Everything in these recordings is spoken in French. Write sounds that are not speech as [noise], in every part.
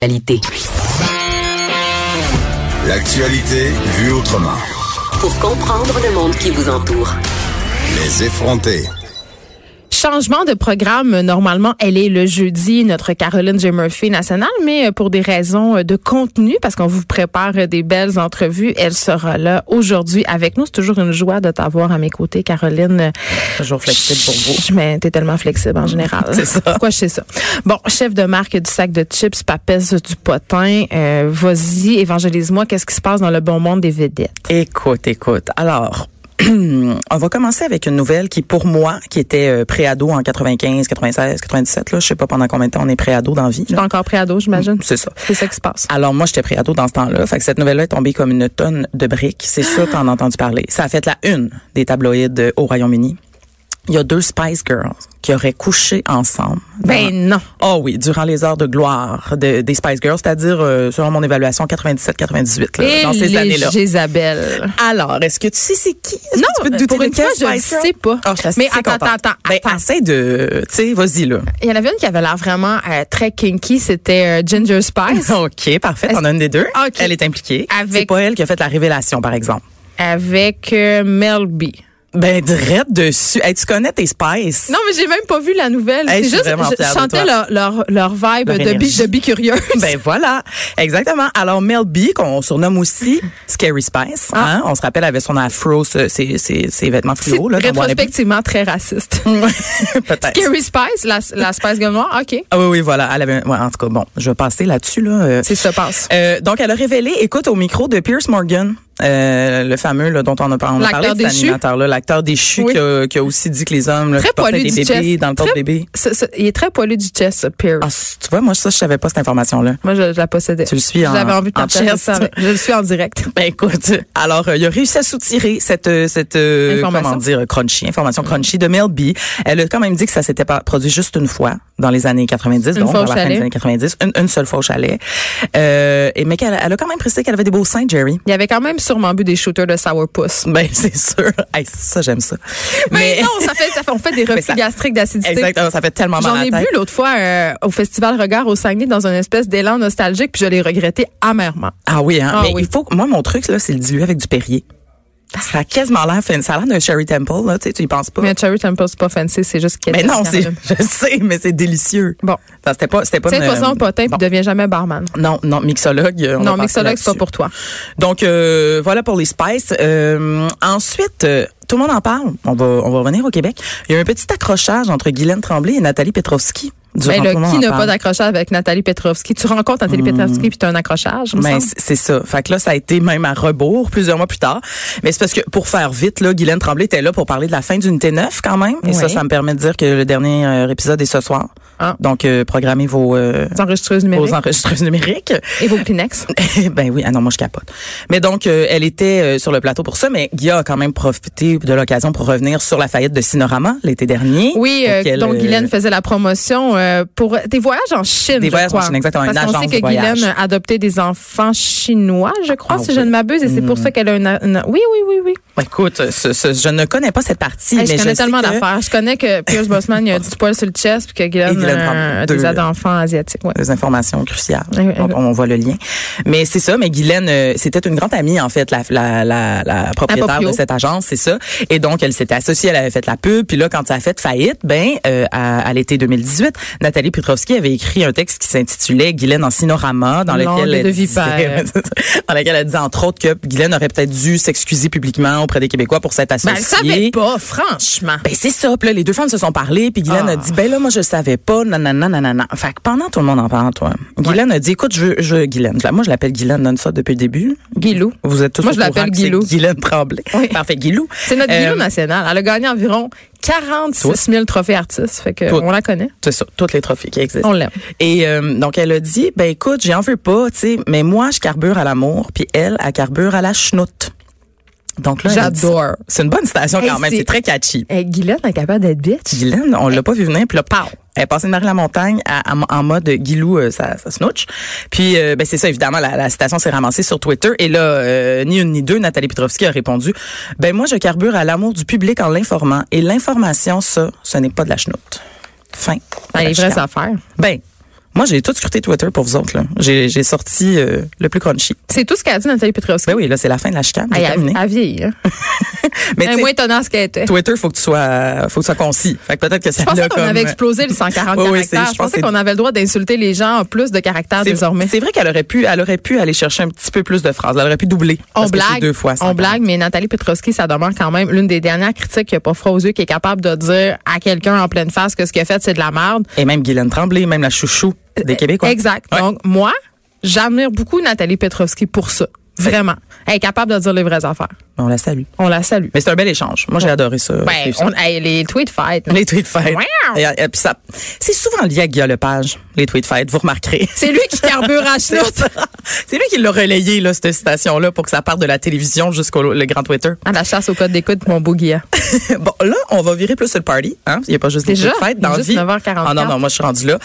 Qualité. L'actualité vue autrement. Pour comprendre le monde qui vous entoure. Les effrontés. Changement de programme. euh, Normalement, elle est le jeudi, notre Caroline J. Murphy nationale, mais euh, pour des raisons euh, de contenu, parce qu'on vous prépare euh, des belles entrevues, elle sera là aujourd'hui avec nous. C'est toujours une joie de t'avoir à mes côtés, Caroline. Toujours flexible pour vous. Mm, Chut, Mais t'es tellement flexible en général. [laughs] C'est ça. Pourquoi je sais ça? Bon, chef de marque du sac de chips, papesse du potin. euh, Vas-y, évangélise-moi, qu'est-ce qui se passe dans le bon monde des vedettes? Écoute, écoute. Alors, [clears throat] on va commencer avec une nouvelle qui, pour moi, qui était euh, pré-ado en 95, 96, 97, là, je sais pas pendant combien de temps on est pré-ado dans la vie. T'es là. encore prêt à dos, j'imagine? Mm, C'est ça. C'est ça qui se passe. Alors moi, j'étais pré-ado dans ce temps-là. Fait que cette nouvelle-là est tombée comme une tonne de briques. [gasps] C'est sûr, t'en as entendu parler. Ça a fait la une des tabloïdes euh, au Royaume-Uni. Il y a deux Spice Girls qui auraient couché ensemble. dans- Ben non. Oh oui, durant les heures de gloire de- des Spice Girls, c'est-à-dire, euh, selon mon évaluation, 97-98, là, dans ces Et années-là. Isabelle. Alors, est-ce que tu sais c'est qui? Est-ce que Non, euh, tu peux te douter pour une de quel fois, je le Spice Girl? sais pas. Ah, je suis assez Mais attends, contente. attends, Ben, attends. essaie de, tu sais, vas-y, là. Il y en avait une qui avait l'air vraiment euh, très kinky, c'était euh, Ginger Spice [laughs] OK, parfait. T'en as une des deux. Ok. Elle est impliquée. Avec- C'est pas elle qui a fait la révélation, par exemple. avec euh, Mel B. Ben, direct dessus. Hey, tu connais tes Spice? Non, mais j'ai même pas vu la nouvelle. Hey, je C'est suis juste, vraiment je fière de sentais leur, toi. leur, leur vibe Leur de, bi, énergie. de bicurieuse. Ben voilà, exactement. Alors Mel B, qu'on surnomme aussi Scary Spice, Ah. hein, on se rappelle avait son afro, ce- ses, ses- ses vêtements C'est fluo là, dans Bon Appétit. rétrospectivement très raciste. [laughs] Peut-être. Scary Spice, la, la Spice Gun Noire, OK. Ah oui, oui, voilà. Elle avait, ouais, en tout cas, bon, je vais passer là-dessus là. euh, C'est ça passe. Euh, donc, elle a révélé, écoute, au micro de Pierce Morgan, euh, le fameux là, dont on a, par- on a L'acteur parlé, cet déchu. animateur-là, l'acteur déchu Oui. qui, a, qui a aussi dit que les hommes là, Très qui portaient poilu des du bébés chest. dans le Très- corps bébé. Ça- ça- il est très poilu du chest, ce Pierce. Ah, c- tu vois, moi, ça, je savais pas cette information-là. Moi, je, je la possédais. Tu le suis en- J'avais envie de en partager chest. ça avec- Je le suis en direct. Ben écoute, alors euh, il a réussi à soutirer cette euh, cette euh, Information. comment dire crunchy, information crunchy de Mel B. Elle a quand même dit que ça s'était pas produit juste une fois dans les années 90, Une donc fois vers au la fin des chalet. années 90, une, une seule fois au chalet. Euh, et mais qu'elle elle a quand même précisé qu'elle avait des beaux seins, Jerry. Il y avait quand même sûrement bu des shooters de sourpuss. Ben [laughs] c'est sûr. Hey, ça j'aime ça. Mais, non, [laughs] ça fait, ça fait, on fait des reflux ça- gastriques d'acidité. Exactement, ça fait tellement mal J'en à ai la bu tête. l'autre fois euh, au Festival Regard au Saguenay dans une espèce d'élan nostalgique, puis je l'ai regretté amèrement. Ah oui, hein? Ah mais oui. il faut. Moi, mon truc là, c'est le diluer avec du Perrier. Ça a quasiment l'air, fin- ça a l'air d'un Sherry Temple là. Tu sais, tu y penses pas. Mais Cherry Temple, c'est pas fancy, c'est juste qu'il y a Oh. Mais des non, c'est, [laughs] Caroline. je sais, mais c'est délicieux. Bon. Ça, c'était pas, c'était pas. une- euh, Tiens-toi ça au potin, Bon. puis deviens jamais barman. Non, non, mixologue. euh, on non, va passer mixologue, c'est pas là-dessus. pour toi. Donc euh, voilà pour les spices. Euh, ensuite, euh, tout le monde en parle. On va, on va revenir au Québec. Il y a eu un petit accrochage entre Guylaine Tremblay et Nathalie Petrovski. durant Ben, là, Tout le monde qui en n'a parle. pas d'accrochage avec Nathalie Petrovski? Tu rencontres Nathalie Petrovski, puis tu as un accrochage, me Ben, semble. Hmm. c'est c'est ça. Fait que là, ça a été même à rebours plusieurs mois plus tard. Mais c'est parce que, pour faire vite, là, Guylaine Tremblay était là pour parler de la fin d'Unité 9 quand même. Et Oui. ça, ça me permet de dire que le dernier euh, épisode est ce soir. Ah. Donc, euh, programmez vos, euh, Les enregistreuses numériques vos enregistreuses numériques. et vos Kleenex. [laughs] ben oui, ah non, moi je capote. Mais donc, euh, elle était euh, sur le plateau pour ça, mais Guy a quand même profité de l'occasion pour revenir sur la faillite de Cinorama l'été dernier. Oui, euh, Auquel, donc euh, Guylaine faisait la promotion euh, pour des voyages en Chine. Des je voyages en crois. Chine, exactement, une Parce qu'on sait agence que de voyage. Guylaine a adopté des enfants chinois, je crois, Ah si je oui. ne m'abuse, et c'est pour ça qu'elle a une, une- Oui, oui, oui, oui. euh, Écoute, ce- ce- je ne connais pas cette partie, Hey, mais je connais sais tellement que- d'affaires. Je connais que Pierce Bosman il a du poil sur le chest, puis que Guylaine Guylaine prend euh, a deux. des aides d'enfants asiatiques. Ouais. des informations cruciales. Oui, oui, Donc, oui. on voit le lien. Mais c'est ça, mais Guylaine, euh, c'était une grande amie, en fait, la, la, la, la La propriétaire proprio. de cette agence, c'est ça. Et donc, elle s'était associée, elle avait fait la pub. Puis là, quand ça a fait faillite, ben, euh, à, à l'été 2018, Nathalie Petrovski avait écrit un texte qui s'intitulait Guylaine en cinorama, dans Langue lequel, de elle vipère. disait, [laughs] dans lequel elle disait, entre autres, que Guylaine aurait peut-être dû s'excuser publiquement auprès des Québécois pour s'être Ben, associée. elle savait pas, franchement. Ben c'est ça, Puis là, les deux femmes se sont parlé, puis Guylaine Ah. a dit ben là moi je le savais pas, pas, nanana, nanana. Fait que pendant tout le monde en parle, toi. Guylaine a dit, écoute, je veux, je veux Guylaine. Je la- Moi, je l'appelle Guylaine donne ça depuis le début. Guilou. Vous êtes tous Moi, au je l'appelle courant que c'est Guilou. Guylaine Tremblay. Oui. Parfait, Guilou. C'est notre Euh, Guilou national. Elle a gagné environ 46 000 trophées artistes. Fait que Tout. on la connaît. C'est ça, toutes les trophées qui existent. On l'aime. Et euh, donc, elle a dit, ben écoute, j'en veux pas, tu sais, mais moi, je carbure à l'amour, puis elle, elle carbure à la chenoute. Donc là, elle a dit ça. J'adore. C'est une bonne citation Hey, quand même, c'est- c'est très catchy. Hey, Guylaine est capable d'être bitch. Guylaine, on l'a pas vu venir, puis là, pow! Elle est passée de Marie-la-Montagne à- à- en mode Guilou, euh, ça, ça snooch. Puis, euh, ben, c'est ça, évidemment, la, la citation s'est ramassée sur Twitter. Et là, euh, ni une ni deux, Nathalie Petrovski a répondu, « Ben moi, je carbure à l'amour du public en l'informant. Et l'information, ça, ce n'est pas de la chenoute. » Fin. de Dans la les vraies chicane. affaires. Ben, moi, j'ai tout scruté Twitter pour vous autres. là. J'ai j'ai sorti euh, le plus crunchy. C'est tout ce qu'a dit Nathalie Petrovski. Ben oui, là, c'est la fin de la chicane. j'ai Hey, terminé. elle, elle vieillit. Hein? Elle Mais est tu sais, moins étonnante qu'elle était. Twitter, faut que tu sois, faut que tu sois concis. Fait que peut-être que ça Je pensais l'a qu'on comme- euh, avait explosé les 140 Oui, oui, c'est- caractères. je je pense que pensais c'est- qu'on avait le droit d'insulter les gens en plus de caractères C'est- désormais. C'est vrai qu'elle aurait pu, elle aurait pu aller chercher un petit peu plus de phrases. Elle aurait pu doubler. On parce que c'est blague, deux fois. on 140. blague, mais Nathalie Petrowski, ça demeure quand même l'une des dernières critiques qui a pas froid aux yeux, qui est capable de dire à quelqu'un en pleine face que ce qu'il a fait, c'est de la merde. Et même Guylaine Tremblay, même la chouchou Euh, des Québécois. Exact. Ouais. Donc, moi, j'admire beaucoup Nathalie Petrovski pour ça. Vraiment. Elle est capable de dire les vraies affaires. On la salue. On la salue. Mais c'est un bel échange. Moi, j'ai adoré ça. Ben, suivre ça. on, hey, les tweets fight. Les tweets de fête. Wow. Et, et puis ça, c'est souvent lié à Guillaume Lepage, les tweets de fête, [laughs] vous remarquerez. C'est lui qui carbure à [laughs] C'est chenoute. c'est lui qui l'a relayé, là, cette citation-là, pour que ça parte de la télévision jusqu'au le grand Twitter. À la chasse au code d'écoute, mon beau Guilla. [laughs] bon, là, on va virer plus sur le party. Hein? Il n'y a pas juste des Déjà? petites fêtes dans Il est la juste vie. 9h44. Ah non, non, moi, je suis rendue là.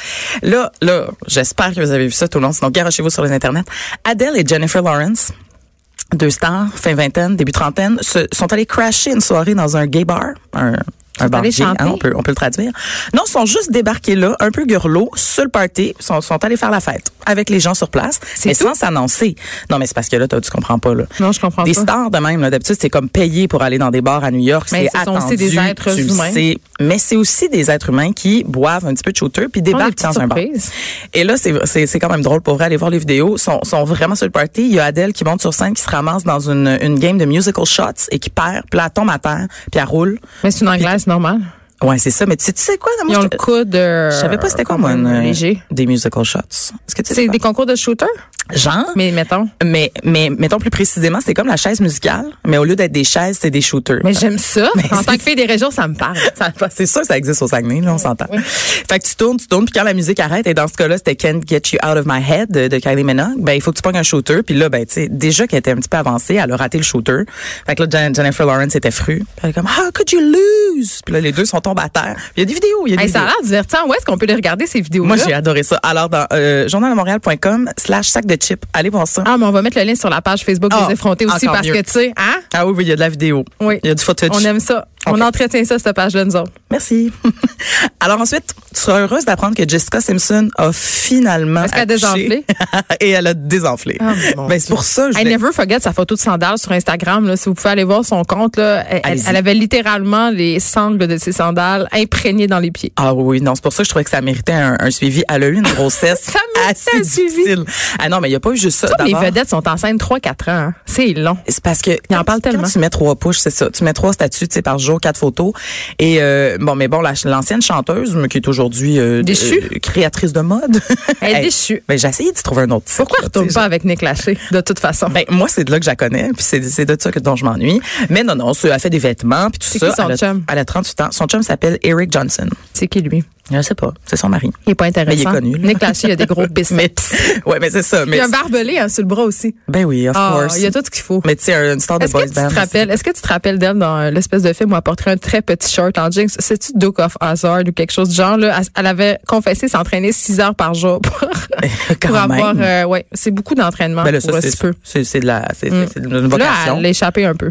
Là, là, j'espère que vous avez vu ça tout le long. Sinon, garochez-vous sur les internets. Adele et Jennifer Lawrence, deux stars, fin vingtaine, début trentaine, se, sont allées crasher une soirée dans un gay bar, un... Un bar allées gay, hein, chanter? on, peut, on peut le traduire. Non, sont juste débarqués là, un peu gurlots, sur le party, sont, sont allés faire la fête avec les gens sur place, mais tout? sans s'annoncer. Non, mais c'est parce que là, t'as- tu comprends pas. Là. Non, je comprends Des pas. stars de même, là, d'habitude, c'est comme payé pour aller dans des bars à New York, Mais c'est ce sont aussi attendu, des êtres tu le humains. sais. Mais c'est aussi des êtres humains qui boivent un petit peu de shooter puis des débarquent petites dans un bar. surprises. Et là, c'est- c'est c'est quand même drôle pour vrai. Aller voir les vidéos, sont, sont vraiment sur le party. Il y a Adèle qui monte sur scène, qui se ramasse dans une, une game de musical shots et qui perd, puis là, elle tombe à terre, puis elle roule. Mais c'est une anglaise normale. Ouais, c'est ça. Mais tu sais, tu sais quoi? Moi, Ils ont je- le coude. euh, je savais pas c'était quoi, moi, quand une- même Léger. des musical shots. Est-ce que tu sais C'est quoi? des concours de shooter, Genre? mais mettons. Mais, mais, mettons plus précisément, c'est comme la chaise musicale, mais au lieu d'être des chaises, c'est des shooters. Mais j'aime ça. Mais en tant que fille des régions, ça me parle. Ça- [laughs] Ben, C'est sûr que ça existe au Saguenay, là, on s'entend. Fait que tu tournes, tu tournes, puis quand la musique arrête, et dans ce cas-là, c'était Can't Get You Out of My Head de, de Kylie Minogue, ben, il faut que tu pognes un shooter, puis là, ben, tu sais, déjà qu'elle était un petit peu avancée, elle a raté le shooter. Fait que là, Jen- Jennifer Lawrence était frue. Puis Elle est comme, How could you lose? Puis là, les deux sont tombés à terre. Puis Il y a des vidéos, il y a des Hey, ça a vidéos. l'air divertissant. Où est-ce qu'on peut les regarder, ces vidéos-là? Moi, j'ai adoré ça. Alors, dans euh, journalmontréal.com slash sac de chips, allez voir ça. Ah, mais on va mettre le lien sur la page Facebook Ah, des effrontés aussi encore parce mieux. que, tu sais, hein? Ah oui, oui, il y a de la vidéo. Oui. Il y a du footage. On aime ça. On Ok. entretient ça, cette page-là, nous autres. Merci. [laughs] Alors ensuite, tu seras heureuse d'apprendre que Jessica Simpson a finalement Est-ce qu'elle a accouché. désenflé? [laughs] et elle a désenflé. Ah, mon ben, c'est pour ça que je I l'ai- never forget sa photo de sandales sur Instagram. Là, si vous pouvez aller voir son compte, là, elle- elle, Allez-y. elle avait littéralement les sangles de ses sandales imprégnées dans les pieds. Ah oui, non, c'est pour ça que je trouvais que ça méritait un, un suivi. Elle a eu une [laughs] grossesse Ça méritait assez un suivi. difficile. Ah non, mais il n'y a pas eu juste ça. Toutes les d'abord. vedettes sont enceintes 3-4 ans. hein. C'est long. C'est parce que Il en quand- parle quand tellement. tu mets trois push, c'est ça. Tu mets trois statuts, tu sais, par jour, quatre photos. Et euh, bon, mais bon, la ch- l'ancienne chanteuse, mais qui est aujourd'hui euh, Déchue. euh, créatrice de mode. Elle est [laughs] Hey, déchue. Ben, j'ai essayé de trouver un autre. titre, Pourquoi là, elle retourne tu sais, pas avec Nick Lachey, de toute façon? Ben, moi, c'est de là que je la connais, puis c'est c'est de ça que dont je m'ennuie. Mais non, non, c'est- elle fait des vêtements, puis tout C'est ça. qui son elle, a, chum? elle a 38 ans. Son chum s'appelle Eric Johnson. c'est qui, lui? Je sais pas, c'est son mari. Il est pas intéressant. Mais il est connu, là. Nick Lachey, il a des [laughs] gros biceps. ouais, mais c'est ça. Il y Mais, a un barbelé hein, sur le bras aussi. ben oui, of Ah, course. il y a tout ce qu'il faut. Mais tu sais, une star de Est-ce boys que, tu band. te rappelles, est-ce que tu te rappelles d'elle dans euh, l'espèce de film où elle porterait un très petit short en jeans? C'est-tu Duke of Hazard ou quelque chose du genre? Là? Elle- Elle avait confessé s'entraîner 6 heures par jour pour, c'est- pour [laughs] quand même. avoir... euh, ouais, c'est beaucoup d'entraînement ben là, pour ça, si peu. c'est- c'est c'est de la, c'est c'est- c'est une Mm. Là, vocation. elle a échappé un peu.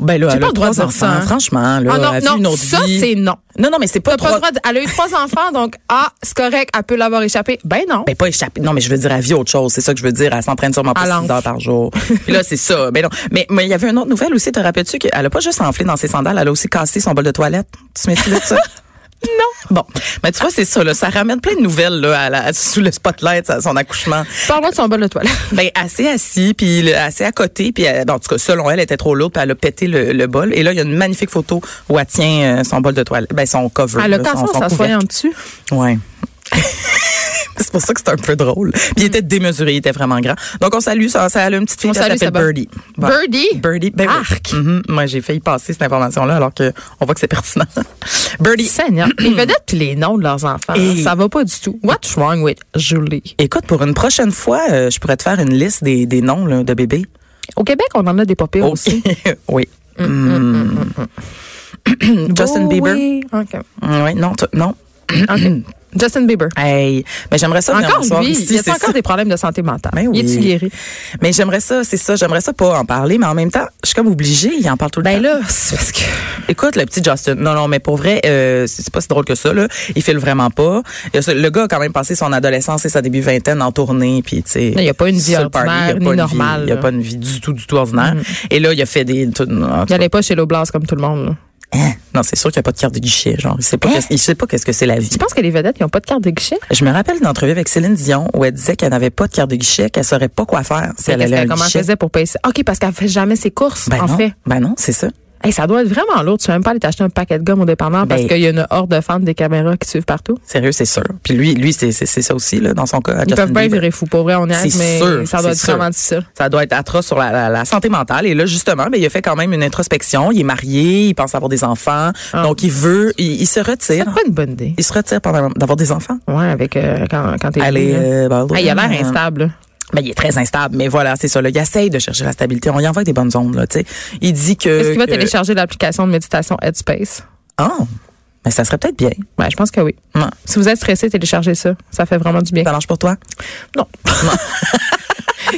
ben là, J'ai elle pas a le droit de trois dire ça, enfants, hein. Franchement, là, Ah elle non, vit une non, autre ça, vie. c'est non. Non, non, mais c'est pas T'as pas le droit trois. de- elle a eu trois enfants, donc, ah, c'est correct, elle peut l'avoir échappé. Ben non. Ben, pas échapper. Non, mais je veux dire, à vie autre chose. C'est ça que je veux dire. Elle s'entraîne sûrement Elle pas 6 enfle. heures par [laughs] jour. Puis là, c'est ça. Ben non. Mais mais il y avait une autre nouvelle aussi. Te rappelles-tu qu'elle a pas juste enflé dans ses sandales, elle a aussi cassé son bol de toilette? Tu te souviens de [laughs] ça? non. Bon. Mais tu vois, c'est ça, là. Ça ramène plein de nouvelles, là, à la- sous le spotlight, à son accouchement. Parle-moi de son bol de toilette. Ben, assez assis, puis le- assez à côté, puis elle- ben, en tout cas, selon elle, elle était trop lourde, puis elle a pété le, le bol. Et là, il y a une magnifique photo où elle tient euh, son bol de toilette, ben son cover. Elle a là, cassé son- en son s'assoyant couvercle. dessus. Ouais. [laughs] c'est pour ça que c'est un peu drôle. Puis il était démesuré, il était vraiment grand. Donc on salue ça, ça a une petite fille On qui salue, s'appelle ça va. Birdie. Birdie? Birdie, ben oui. Arc. Mhm. Moi j'ai failli passer cette information là alors que on voit que c'est pertinent. [laughs] Birdie. [clears throat] Seigneur, les vedettes puis les noms de leurs enfants, Et- ça va pas du tout. What's wrong with Julie? Écoute, pour une prochaine fois, euh, je pourrais te faire une liste des, des noms là, de bébés. Au Québec, on en a des pas Oh, pires aussi. oui. mm, Mm. [laughs] Justin Oh, Bieber. Bowie. OK. Mm, Oui, non, tu- non. OK. Justin Bieber. Hey, mais j'aimerais ça venir Encore me voir lui, ici, il y c'est a encore ça. des problèmes de santé mentale. Ben oui. Il est-tu guéri? Mais j'aimerais ça, c'est ça, j'aimerais ça pas en parler, mais en même temps, je suis comme obligée, il en parle tout le Ben temps. là, c'est parce que... Écoute, le petit Justin, non, non, mais pour vrai, euh, c'est c'est pas si drôle que ça, là. Il file vraiment pas. Il y a ce- Le gars a quand même passé son adolescence et sa début vingtaine en tournée, puis tu sais. Non, il y a pas une vie sur le party, ordinaire ni il y a pas une vie- normale, Il y a là. Mm-hmm. pas une vie du tout, du tout ordinaire. Et là, il a fait des... tout- en tout Il n'allait pas chez l'Oblast comme tout le monde. là. Hein? Non, c'est sûr qu'il n'y a pas de carte de guichet. Genre, il sait pas, Hein? qu'est-ce- il sait pas qu'est-ce que c'est la vie. Tu penses que les vedettes, ils n'ont pas de carte de guichet? Je me rappelle d'une entrevue avec Céline Dion où elle disait qu'elle n'avait pas de carte de guichet, qu'elle saurait pas quoi faire si elle Qu'est-ce allait à qu'elle- un comment elle guichet. faisait pour payer ça? OK, parce qu'elle fait jamais ses courses, Ben en non, fait. ben non, c'est ça. Hey, ça doit être vraiment lourd. Tu vas même pas aller t'acheter un paquet de gomme au dépanneur parce Ben- qu'il y a une horde de fans des caméras qui te suivent partout. Sérieux, c'est sûr. Puis lui, lui, c'est c'est- c'est ça aussi là, dans son cas. à Ils Justin peuvent pas Bieber. virer fou, pour vrai, on est, C'est mais sûr, ça doit c'est être sûr. vraiment difficile. Ça doit être atroce sur la, la- la santé mentale. Et là, justement, ben, il a fait quand même une introspection. Il est marié, il pense avoir des enfants, Ah. donc il veut, il, il se C'est retire. pas une bonne idée. Il se retire pendant d'avoir des enfants. Ouais, avec euh, quand, quand t'es. Allez, jeune, là. euh, ben, Hey, hein? Ah, il a l'air euh, instable. là. Ben, il est très instable, mais voilà, c'est ça. Là, il essaye de chercher la stabilité. On y envoie des bonnes ondes, là, tu sais. Il dit que... Est-ce qu'il va que- télécharger l'application de méditation Headspace? Ah, mais ça serait peut-être bien. Ouais, je pense que oui. Non. Si vous êtes stressé, téléchargez ça. Ça fait vraiment du bien. Ça marche pour toi? Non. [laughs] [laughs]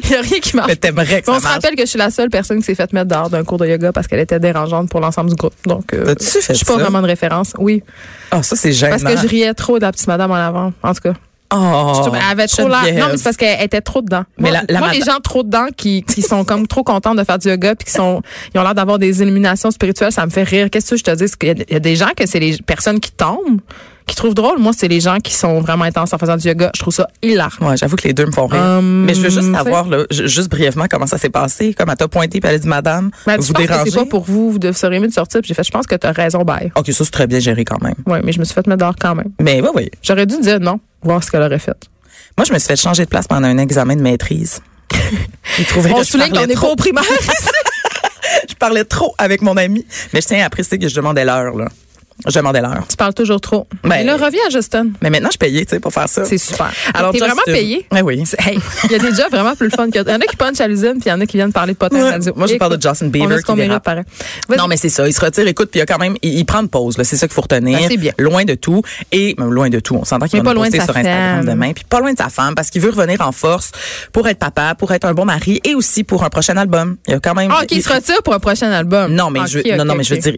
Il n'y a rien qui marche. Mais t'aimerais que Ah. On ça se marche. rappelle que je suis la seule personne qui s'est faite mettre dehors d'un cours de yoga parce qu'elle était dérangeante pour l'ensemble du groupe. Donc, euh, T'as-tu fait je suis pas ça? vraiment de référence. Oui. Ah, ça, c'est gênant. Parce que je riais trop de la petite madame en avant. En tout cas. Oh, elle avait trop l'air. Geneviève. Non, mais c'est parce qu'elle était trop dedans. Mais moi, la- la moi, les madame- gens trop dedans qui, qui sont comme trop contents de faire du yoga puis qui sont, ils ont l'air d'avoir des illuminations spirituelles, ça me fait rire. Qu'est-ce que je te dis? C'est qu'il y a- Il y a des gens que c'est les personnes qui tombent, qui trouvent drôle. Moi, c'est les gens qui sont vraiment intenses en faisant du yoga. Je trouve ça hilarant. Ouais, j'avoue que les deux me font rire. Hum, mais je veux juste tu sais. savoir, là, ju- juste brièvement, comment ça s'est passé. Comme elle t'a pointé, puis elle a dit, madame, Mais vous je pense Ben, que dérangez. c'est pas pour vous, vous de seriez mieux de sortir. Puis j'ai fait, je pense que t'as raison, bye. OK, ça, c'est très bien géré quand même. Ouais, mais je me suis fait mettre dehors quand même. Mais oui, oui. J'aurais dû dire non, voir ce qu'elle aurait fait. Moi, je me suis fait changer de place pendant un examen de maîtrise. [laughs] Ils trouvaient On que je souligne qu'on parlais est trop. pas au primaire. [laughs] Je parlais trop avec mon ami. Mais je tiens à préciser que je demandais l'heure, là. Je demandais l'heure. tu parles toujours trop. Mais Mais- là, reviens à Justin. Mais maintenant, je payais, tu sais, pour faire ça. C'est super. Alors, t'es Justin- vraiment payé. Ouais, Eh oui. C'est- [laughs] hey, il y a des jobs vraiment plus le fun que Il y en a qui punchent à l'usine, puis il y en a qui viennent parler de potin Ouais. à la radio. Moi, je Écoute, parle de Justin Bieber on a ce qui qu'on mérite, dérape. pareil. Vas-y. Non, mais c'est ça. Il se retire, écoute, puis il y a quand même, il, il prend une pause, là. C'est ça qu'il faut retenir. Ben, c'est bien. Loin de tout. Et, même loin de tout. On s'entend qu'il Mais pas va nous loin de poster sa sur Instagram femme. demain. Puis pas loin de sa femme, parce qu'il veut revenir en force pour être papa, pour être un bon mari et aussi pour un prochain album. Il y a quand même. Ah, ok, il se retire pour un prochain album. Non, mais Ok, je, veux- ok, non, non, ok. mais je veux dire,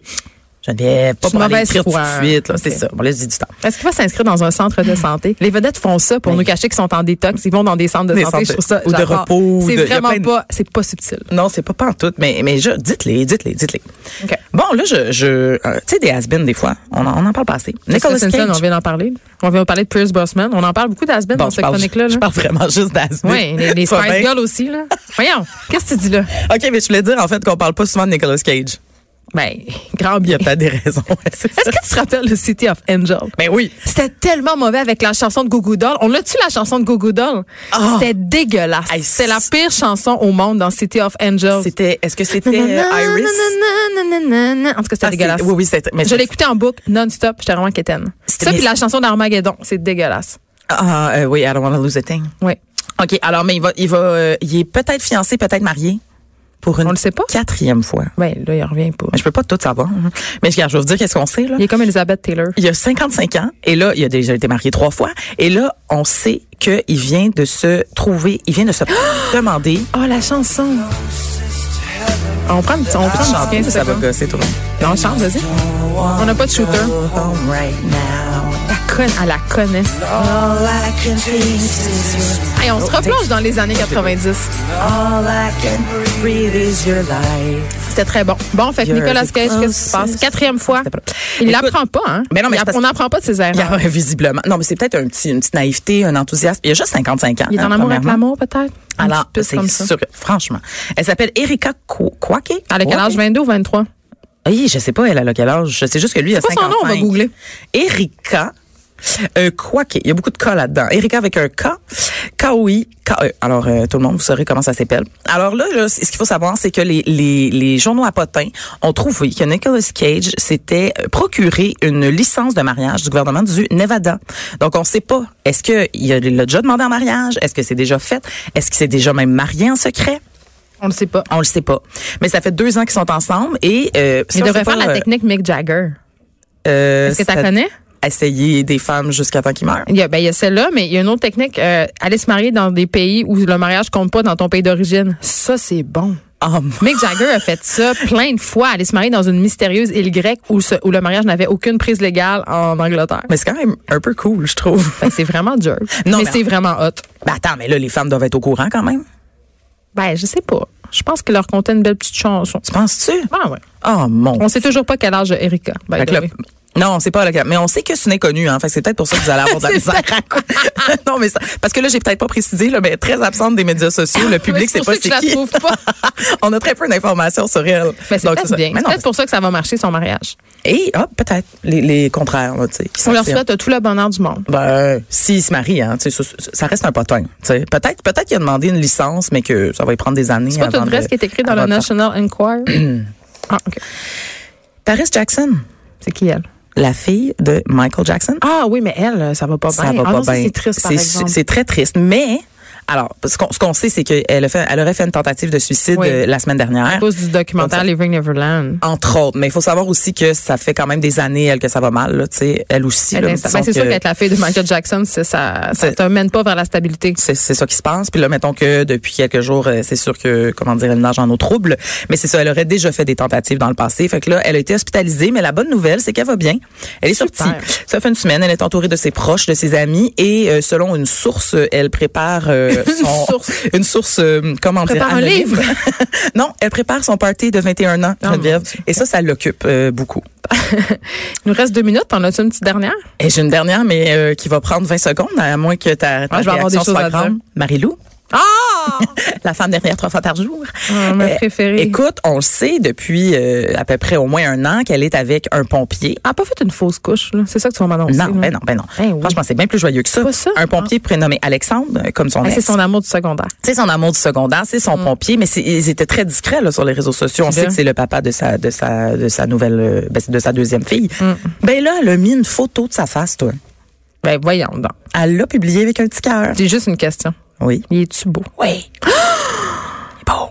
Geneviève, pas Je suis pour aller mauvaise écrire tout foi. de suite, là. C'est Ok. ça. Bon, là, j'ai du temps. Est-ce qu'il va s'inscrire dans un centre de santé? Les vedettes font ça pour Mais- nous cacher qu'ils sont en détox. Ils vont dans des centres de Des santé. centres Je trouve ça. ou de j'adore. repos, ou C'est de- il y a vraiment plein de- pas. C'est pas subtil. Non, c'est pas pantoute, mais, mais je, dites-les, dites-les, dites-les. Ok. Bon, là, je, je, euh, tu sais, des has des fois. On en, on en parle pas assez. Nicolas Justin Simpson, Cage. on vient d'en parler. On vient de parler de Pierce Brosnan. On en parle beaucoup d'Asben Bon, dans je cette parle, chronique-là. je là. parle vraiment juste d'Asbin. Oui, les, les Ça va Spice bien? Girls aussi. là. Voyons, qu'est-ce que tu dis là? OK, mais je voulais dire, en fait, qu'on parle pas souvent de Nicolas Cage. Ben, grand Il y bien. a peut-être des raisons. c'est ça. Est-ce que tu te rappelles le City of Angels? Ben oui. C'était tellement mauvais avec la chanson de Goo Doll. On l'a-tu, la chanson de Goo Doll? Ah! C'était dégueulasse. Hey, C'était la pire chanson au monde dans City of Angels. C'était, est-ce que c'était Nanana, Iris? nanana, nanana. En tout cas, c'était Ah, dégueulasse. c'est- Oui, oui, c'était. mais Je l'écoutais en boucle non-stop. J'étais vraiment quétaine. C'était- Ça, mais- puis la chanson d'Armageddon. C'est dégueulasse. Ah, euh, oui, I don't want to lose a thing. Oui. OK, alors, mais il va, il va, euh, il est peut-être fiancé, peut-être marié. Pour une On le sait pas. quatrième fois. Ouais, là, il revient pas. Mais je peux pas tout savoir. hein. Mais regarde, je vais vous dire qu'est-ce qu'on sait, là. Il est comme Elizabeth Taylor. Il a 55 ans et là, il a déjà été marié trois fois. Et là, on sait qu'il vient de se trouver, il vient de se [gasps] demander. Oh, la chanson. On prend, un petit- on prend un petit 15 ça va secondes. gosser tout le monde. On chante, vas-y. On n'a pas de shooter. Home right now. La conne, elle la connaît. All I can taste is your, Hey, on se Oh, replonge dans les années 90. all I can breathe is your life. C'était très bon. Bon, fait que You're Nicolas the Cage, qu'est-ce qui se passe? closest. Quatrième fois. C'était pas- Il Écoute, l'apprend pas, hein? mais non, mais Il c'est parce- app- on n'apprend pas de ses Il y erreurs. a Ah visiblement. Non, mais c'est peut-être un petit, une petite naïveté, un enthousiasme. Il a juste 55 ans. Il est hein, en amour avec premièrement. l'amour, peut-être? Une Alors, petite piste c'est comme ça. sûr, franchement. Elle s'appelle Erika Kwo- Kwake. Elle a quel âge? 22 ou 23? Oui, je sais pas, elle a quel âge. Je sais juste que lui, il a quoi son 55. nom? On va googler. Erika Euh, Quoique, il y a beaucoup de cas là-dedans. Erika avec un K, K-O-I, K-E. Alors, euh, tout le monde, vous saurez comment ça s'appelle. Alors là, là, c- ce qu'il faut savoir, c'est que les, les, les journaux à potins ont trouvé que Nicolas Cage s'était euh, procuré une licence de mariage du gouvernement du Nevada. Donc, on ne sait pas. Est-ce qu'il a, il l'a déjà demandé en mariage? Est-ce que c'est déjà fait? Est-ce qu'il s'est déjà même marié en secret? On le sait pas. On le sait pas. Mais ça fait deux ans qu'ils sont ensemble et... Euh, si Il on devrait sait faire pas, la euh, technique Mick Jagger. euh, Est-ce que tu ça- la connais? Essayer des femmes jusqu'à temps qu'ils meurent. Il y a, ben, il y a celle-là, mais il y a une autre technique. euh, aller se marier dans des pays où le mariage compte pas dans ton pays d'origine. Ça, c'est bon. Ah, Mick Jagger a fait ça plein de fois. Aller se marier dans une mystérieuse île grecque où, ce- où le mariage n'avait aucune prise légale en Angleterre. mais c'est quand même un peu cool, je trouve. Fait que c'est vraiment dur. Non, mais mais- c'est vraiment hot. Ben attends, mais là, les femmes doivent être au courant quand même. Ben, je sais pas. Je pense qu'il leur comptait une belle petite chanson. Tu penses-tu? Ah ouais. Oh mon. On sait toujours pas quel âge a Erika. by Fait the que là- way. non, c'est pas le cas. Mais on sait que c'est une inconnue, hein. Fait que c'est peut-être pour ça que vous allez avoir de [laughs] la C'est misère. ça. [laughs] non, mais ça, parce que là, j'ai peut-être pas précisé, là, mais très absente des médias sociaux. Le Ah, Mais public, c'est pour pas ça que c'est je la qui. trouve pas. [laughs] on a très peu d'informations sur elle. Mais c'est Donc, peut-être ça. bien. Mais C'est non, peut-être pour ça que ça va marcher son mariage. Et, ah, peut-être. Les, les contraires, là, tu sais. qui On leur s'affirment. souhaite tout le bonheur du monde. Ben, s'il se marie, hein, tu sais, ça, ça reste un potin. tu sais. Peut-être peut-être qu'il a demandé une licence, mais que ça va y prendre des années. C'est pas avant tout vrai de- ce qui est écrit dans le avant de- National Enquirer. [clears throat] ah, OK. Paris Jackson, C'est qui elle? la fille de Michael Jackson. Ah oui, mais elle, ça va pas ça va Ah pas non, ça, bien. C'est triste, par C'est- exemple. C'est très triste, mais... Alors, ce qu'on ce qu'on sait, c'est qu'elle a fait- elle aurait fait une tentative de suicide Oui. euh, la semaine À dernière. cause du documentaire Donc, Living Neverland. Entre autres, mais il faut savoir aussi que ça fait quand même des années elle que ça va mal, là, tu sais, elle aussi. Elle là, est- disons ben, c'est sûr que- qu'être la fille de Michael Jackson, c'est- ça ne C'est- te mène pas vers la stabilité. c'est c'est ça qui se passe. Puis là, mettons que depuis quelques jours, euh, c'est sûr que, comment dire, elle nage en eau trouble. Mais c'est ça, elle aurait déjà fait des tentatives dans le passé. Fait que là, elle a été hospitalisée, mais la bonne nouvelle, c'est qu'elle va bien. Elle est Super. sortie. Ça fait une semaine, elle est entourée de ses proches, de ses amis. Et euh, selon une source, euh, elle prépare euh, [laughs] Une son... source. Une source, euh, comment dire, Prépare un anonyme. livre. [laughs] non, elle prépare son party de 21 ans, Oh mon Geneviève. Et ça, ça l'occupe euh, beaucoup. Il nous reste deux minutes. T'en as-tu une petite dernière? Et j'ai une dernière, mais euh, qui va prendre 20 secondes, à moins que ta, ta Ah, je vais avoir des choses réaction soit à dire. grande. Marie-Lou? Ah! [laughs] La femme dernière trois fois par jour. Euh, Ah, ma préférée. Écoute, on le sait depuis euh, à peu près au moins un an qu'elle est avec un pompier. Elle a pas fait une fausse couche, là. C'est ça que tu vas m'annoncer. Non, là. ben non, ben non. Eh Ah, oui. Franchement, c'est bien plus joyeux que ça. Pas ça. Un pompier prénommé Alexandre, euh, comme son Ah, ex. c'est son amour du secondaire. C'est son amour du secondaire, c'est son pompier, mais c'est- ils étaient très discrets là, sur les réseaux sociaux. On C'est sait bien. que c'est le papa de sa de sa de sa nouvelle euh, ben, de sa deuxième fille. Mm. Ben là, elle a mis une photo de sa face, toi. Ben voyons donc. Elle l'a publiée avec un petit cœur. J'ai juste une question. Oui. Il est-tu beau? [gasps] Oui. Il est beau.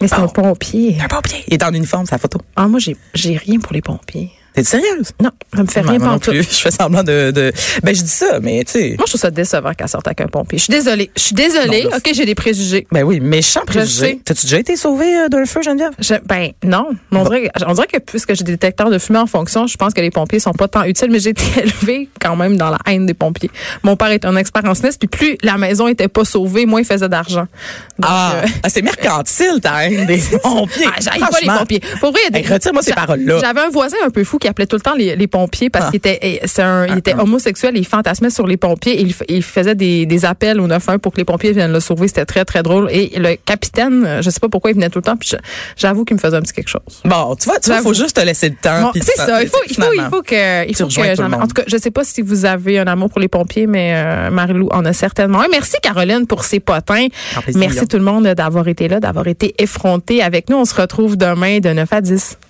Mais c'est Bon. un pompier. Il est Un pompier. Il est en uniforme, sa photo. Ah, moi, j'ai, j'ai rien pour les pompiers. T'es sérieuse? Non, ça me fait rien Ouais, moi non pantoute. [laughs] plus. [laughs] Je fais semblant de, de- Ben, je dis ça, mais tu sais. Moi, je trouve ça décevant qu'elle sorte avec un pompier. Je suis désolée. Je suis désolée. Non, là, OK, j'ai des préjugés. Ben oui, méchant sais. préjugé. T'as-tu déjà été sauvée euh, d'un feu, Geneviève? Je- ben non, Mais on dirait, on dirait que puisque j'ai des détecteurs de fumée en fonction, je pense que les pompiers sont pas tant utiles, mais j'ai été [laughs] élevée quand même dans la haine des pompiers. Mon père est un expert en SNES, puis plus la maison était pas sauvée, moins il faisait d'argent. Donc, Ah, euh, [laughs] ah, c'est mercantile, ta [laughs] haine des pompiers. ah, j'haïs pas les Franchement. pompiers. Pour vrai, il y a des- Hey, retire-moi ces j'a- paroles-là. J'avais un voisin un peu fou qui appelait tout le temps les, les pompiers parce Ah. qu'il était, eh, c'est un- il était homosexuel et il fantasmait sur les pompiers et il, f- il faisait des, des appels au 91 pour que les pompiers viennent le sauver. C'était très, très drôle. Et le capitaine, euh, je sais pas pourquoi il venait tout le temps, puis je- j'avoue qu'il me faisait un petit quelque chose. Bon, tu vois, tu vois, J'avoue. faut juste te laisser le temps. Bon, puis c'est tu- ça. Il faut, il faut, il finalement. faut que, il Tu faut que rejoins tout le j'en- monde. En tout cas, je sais pas si vous avez un amour pour les pompiers, mais euh, Marilou en a certainement. un. merci Caroline pour ses potins. Ah, plaisir. Merci tout le monde d'avoir été là, d'avoir été effronté avec nous. On se retrouve demain de 9 à 10.